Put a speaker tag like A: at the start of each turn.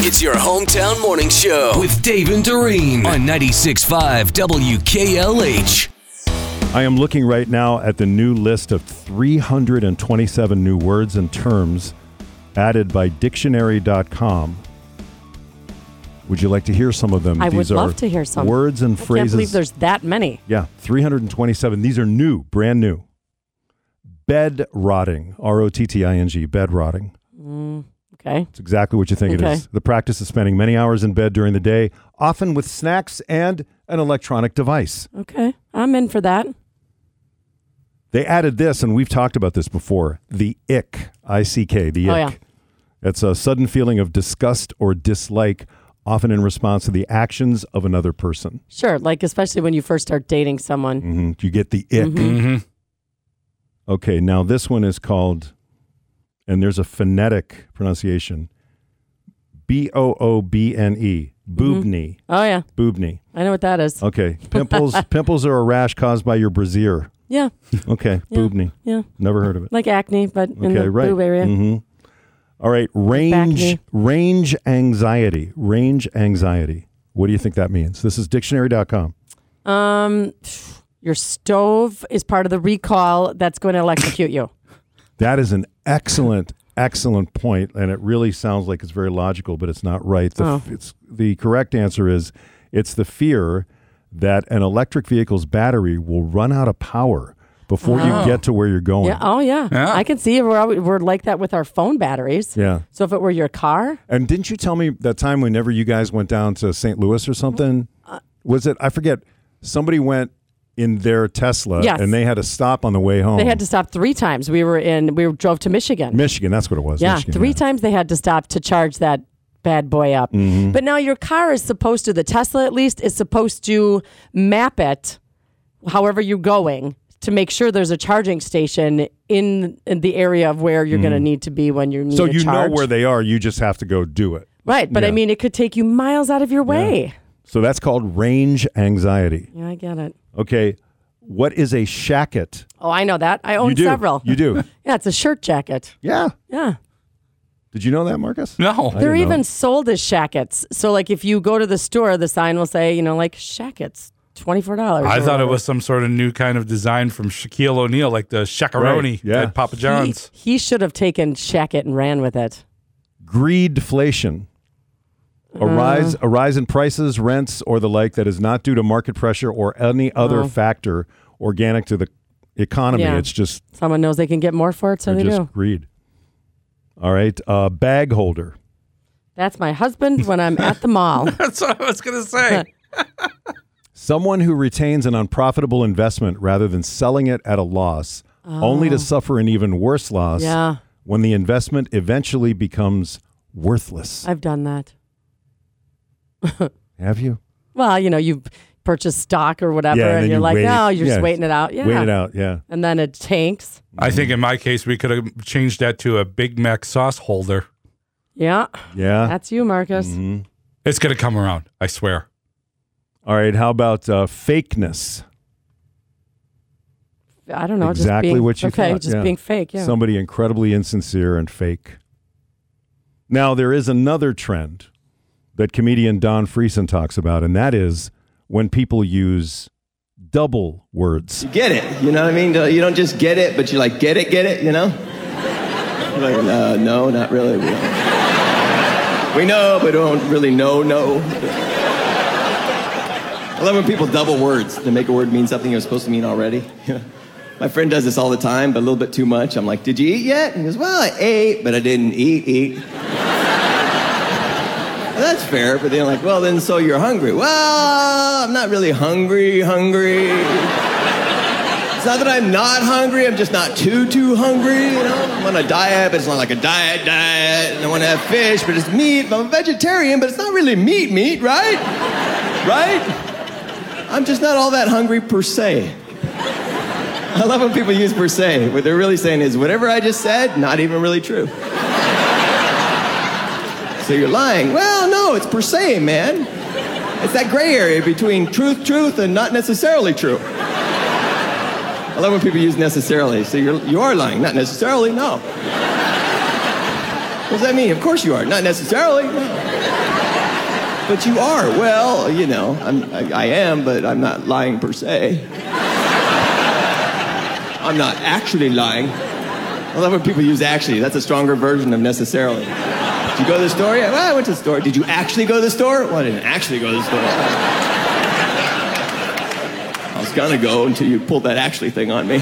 A: It's your hometown morning show with Dave and Doreen on 96.5 WKLH.
B: I am looking right now at the new list of 327 new words and terms added by dictionary.com. Would you like to hear some of them?
C: I would
B: These
C: love
B: are
C: to hear some.
B: Words and
C: I
B: phrases.
C: can't believe there's that many.
B: yeah, 327. These are new, brand new. Bed rotting, R O T T I N G, bed rotting.
C: Okay.
B: It's exactly what you think
C: Okay.
B: it is. The practice of spending many hours in bed during the day, often with snacks and an electronic device.
C: Okay. I'm in for that.
B: They added this, and we've talked about this before the ick, I C K, the
C: Oh,
B: ick.
C: yeah.
B: It's a sudden feeling of disgust or dislike, often in response to the actions of another person.
C: Sure. Like, especially when you first start dating someone.
B: hmm You get the ick.
C: Mm-hmm.
B: Okay, now this one is called, and there's a phonetic pronunciation B O O B N E, boobney,
C: Oh, yeah.
B: boobney.
C: I know what that is.
B: Okay, pimples pimples are a rash caused by your brassiere.
C: Yeah.
B: Okay, boobney.
C: Yeah.
B: Never heard of it.
C: Like acne, but in
B: okay,
C: the
B: right.
C: boob area.
B: Mhm. All right,
C: back
B: range
C: knee.
B: range anxiety. Range anxiety. What do you think that means? This is dictionary.com. Mm.
C: Um, your stove is part of the recall that's going to electrocute you.
B: That is an excellent excellent point and it really sounds like it's very logical but it's not right.
C: Oh.
B: The, f- it's the correct answer is it's the fear that an electric vehicle's battery will run out of power before you get to where you're going.
C: Oh. Yeah. Oh, yeah.
D: Yeah.
C: I can see we're, alwa- we're like that with our phone batteries.
B: Yeah.
C: So if it were your car,
B: And didn't you tell me that time whenever you guys went down to St. Louis or something?
C: Uh,
B: Was it I forget? Somebody went in their Tesla
C: Yes.
B: and they had to stop on the way home.
C: they had to stop three times. We were in, we drove to Michigan.
B: Michigan. That's what it was.
C: Yeah,
B: Michigan,
C: three times they had to stop to charge that bad boy up.
B: Mm-hmm.
C: But now your car is supposed to, the Tesla at least, is supposed to map it however you're going to make sure there's a charging station in, in the area of where you're going to need to be when you need
B: Mm-hmm. So
C: to
B: you
C: charge.
B: know where they are. You just have to go do it.
C: Right, but I
B: Yeah.
C: mean, it could take you miles out of your way.
B: So that's called range anxiety.
C: Yeah, I get it.
B: Okay. What is a shacket?
C: Oh, I know that. I own
B: you do.
C: several.
B: You do.
C: Yeah, it's a shirt jacket.
B: yeah.
C: Yeah.
B: Did you know that, Marcus?
D: No.
B: I
C: They're
B: didn't know.
C: even sold as shackets. So, like, if you go to the store, the sign will say, you know, like, shackets, $24.
D: I
C: or
D: thought it
C: whatever.
D: was some sort of new kind of design from Shaquille O'Neal, like the shakaroni
B: Right, yeah.
D: at Papa
C: He-
D: John's.
C: He, should have taken Shackett and ran with it.
B: greedflation. A rise,
C: Uh.
B: a rise in prices, rents, or the like that is not due to market pressure or any other factor organic to the economy.
C: Yeah.
B: It's just
C: Someone knows they can get more for it, so
B: they're
C: they
B: just
C: do.
B: greed. All right, uh, bag holder.
C: That's my husband when I'm at the mall.
D: That's what I was gonna say.
B: Someone who retains an unprofitable investment rather than selling it at a loss, only to suffer an even worse loss
C: Oh. Yeah.
B: when the investment eventually becomes worthless.
C: I've done that.
B: Have you?
C: Well, you know, you purchase stock or whatever,
B: Yeah, and
C: and,
B: then
C: you're
B: you
C: like,
B: wait-
C: no, you're
B: yeah,
C: just waiting it out. Yeah.
B: Wait it out. Yeah.
C: And then it tanks.
D: I think in my case we could have changed that to a Big Mac sauce holder.
C: Yeah.
B: Yeah.
C: That's you, Marcus.
B: mm-hmm.
D: It's gonna come around. I swear.
B: All right. How about uh, fakeness?
C: I don't know.
B: exactly
C: just being,
B: what you
C: Okay,
B: thought,
C: just
B: yeah.
C: being fake. Yeah.
B: Somebody incredibly insincere and fake. Now there is another trend that comedian Don Friesen talks about, and that is when people use double words.
E: get it. You know what I mean? You don't just get it, but you like get it, get it. You know? You're like, uh, no, not really. We, don't. we know, but don't really know. No. I love when people double words to make a word mean something it was supposed to mean already. My friend does this all the time, but a little bit too much. I'm like, did you eat yet? And he goes, well, I ate, but I didn't eat, eat. That's fair, but then like, well, then so you're hungry. Well, I'm not really hungry, hungry. It's not that I'm not hungry, I'm just not too, too hungry, you know? I'm on a diet, but it's not like a diet, diet. And I want to have fish, but it's meat. I'm a vegetarian, but it's not really meat, meat, right? Right? I'm just not all that hungry per se. I love when people use per se. What they're really saying is, whatever I just said, not even really true. So you're lying. Well, no, it's per se, man. It's that gray area between truth, truth, and not necessarily true. I love when people use necessarily. So you're, you are lying. Not necessarily, no. What does that mean? Of course you are. Not necessarily. But you are. Well, you know, I'm, I, I am, but I'm not lying per se. I'm not actually lying. I love when people use actually. That's a stronger version of necessarily. Did you go to the store? Yeah, well, I went to the store. Did you actually go to the store? Well, I didn't actually go to the store. I was gonna go until you pulled that actually thing on me.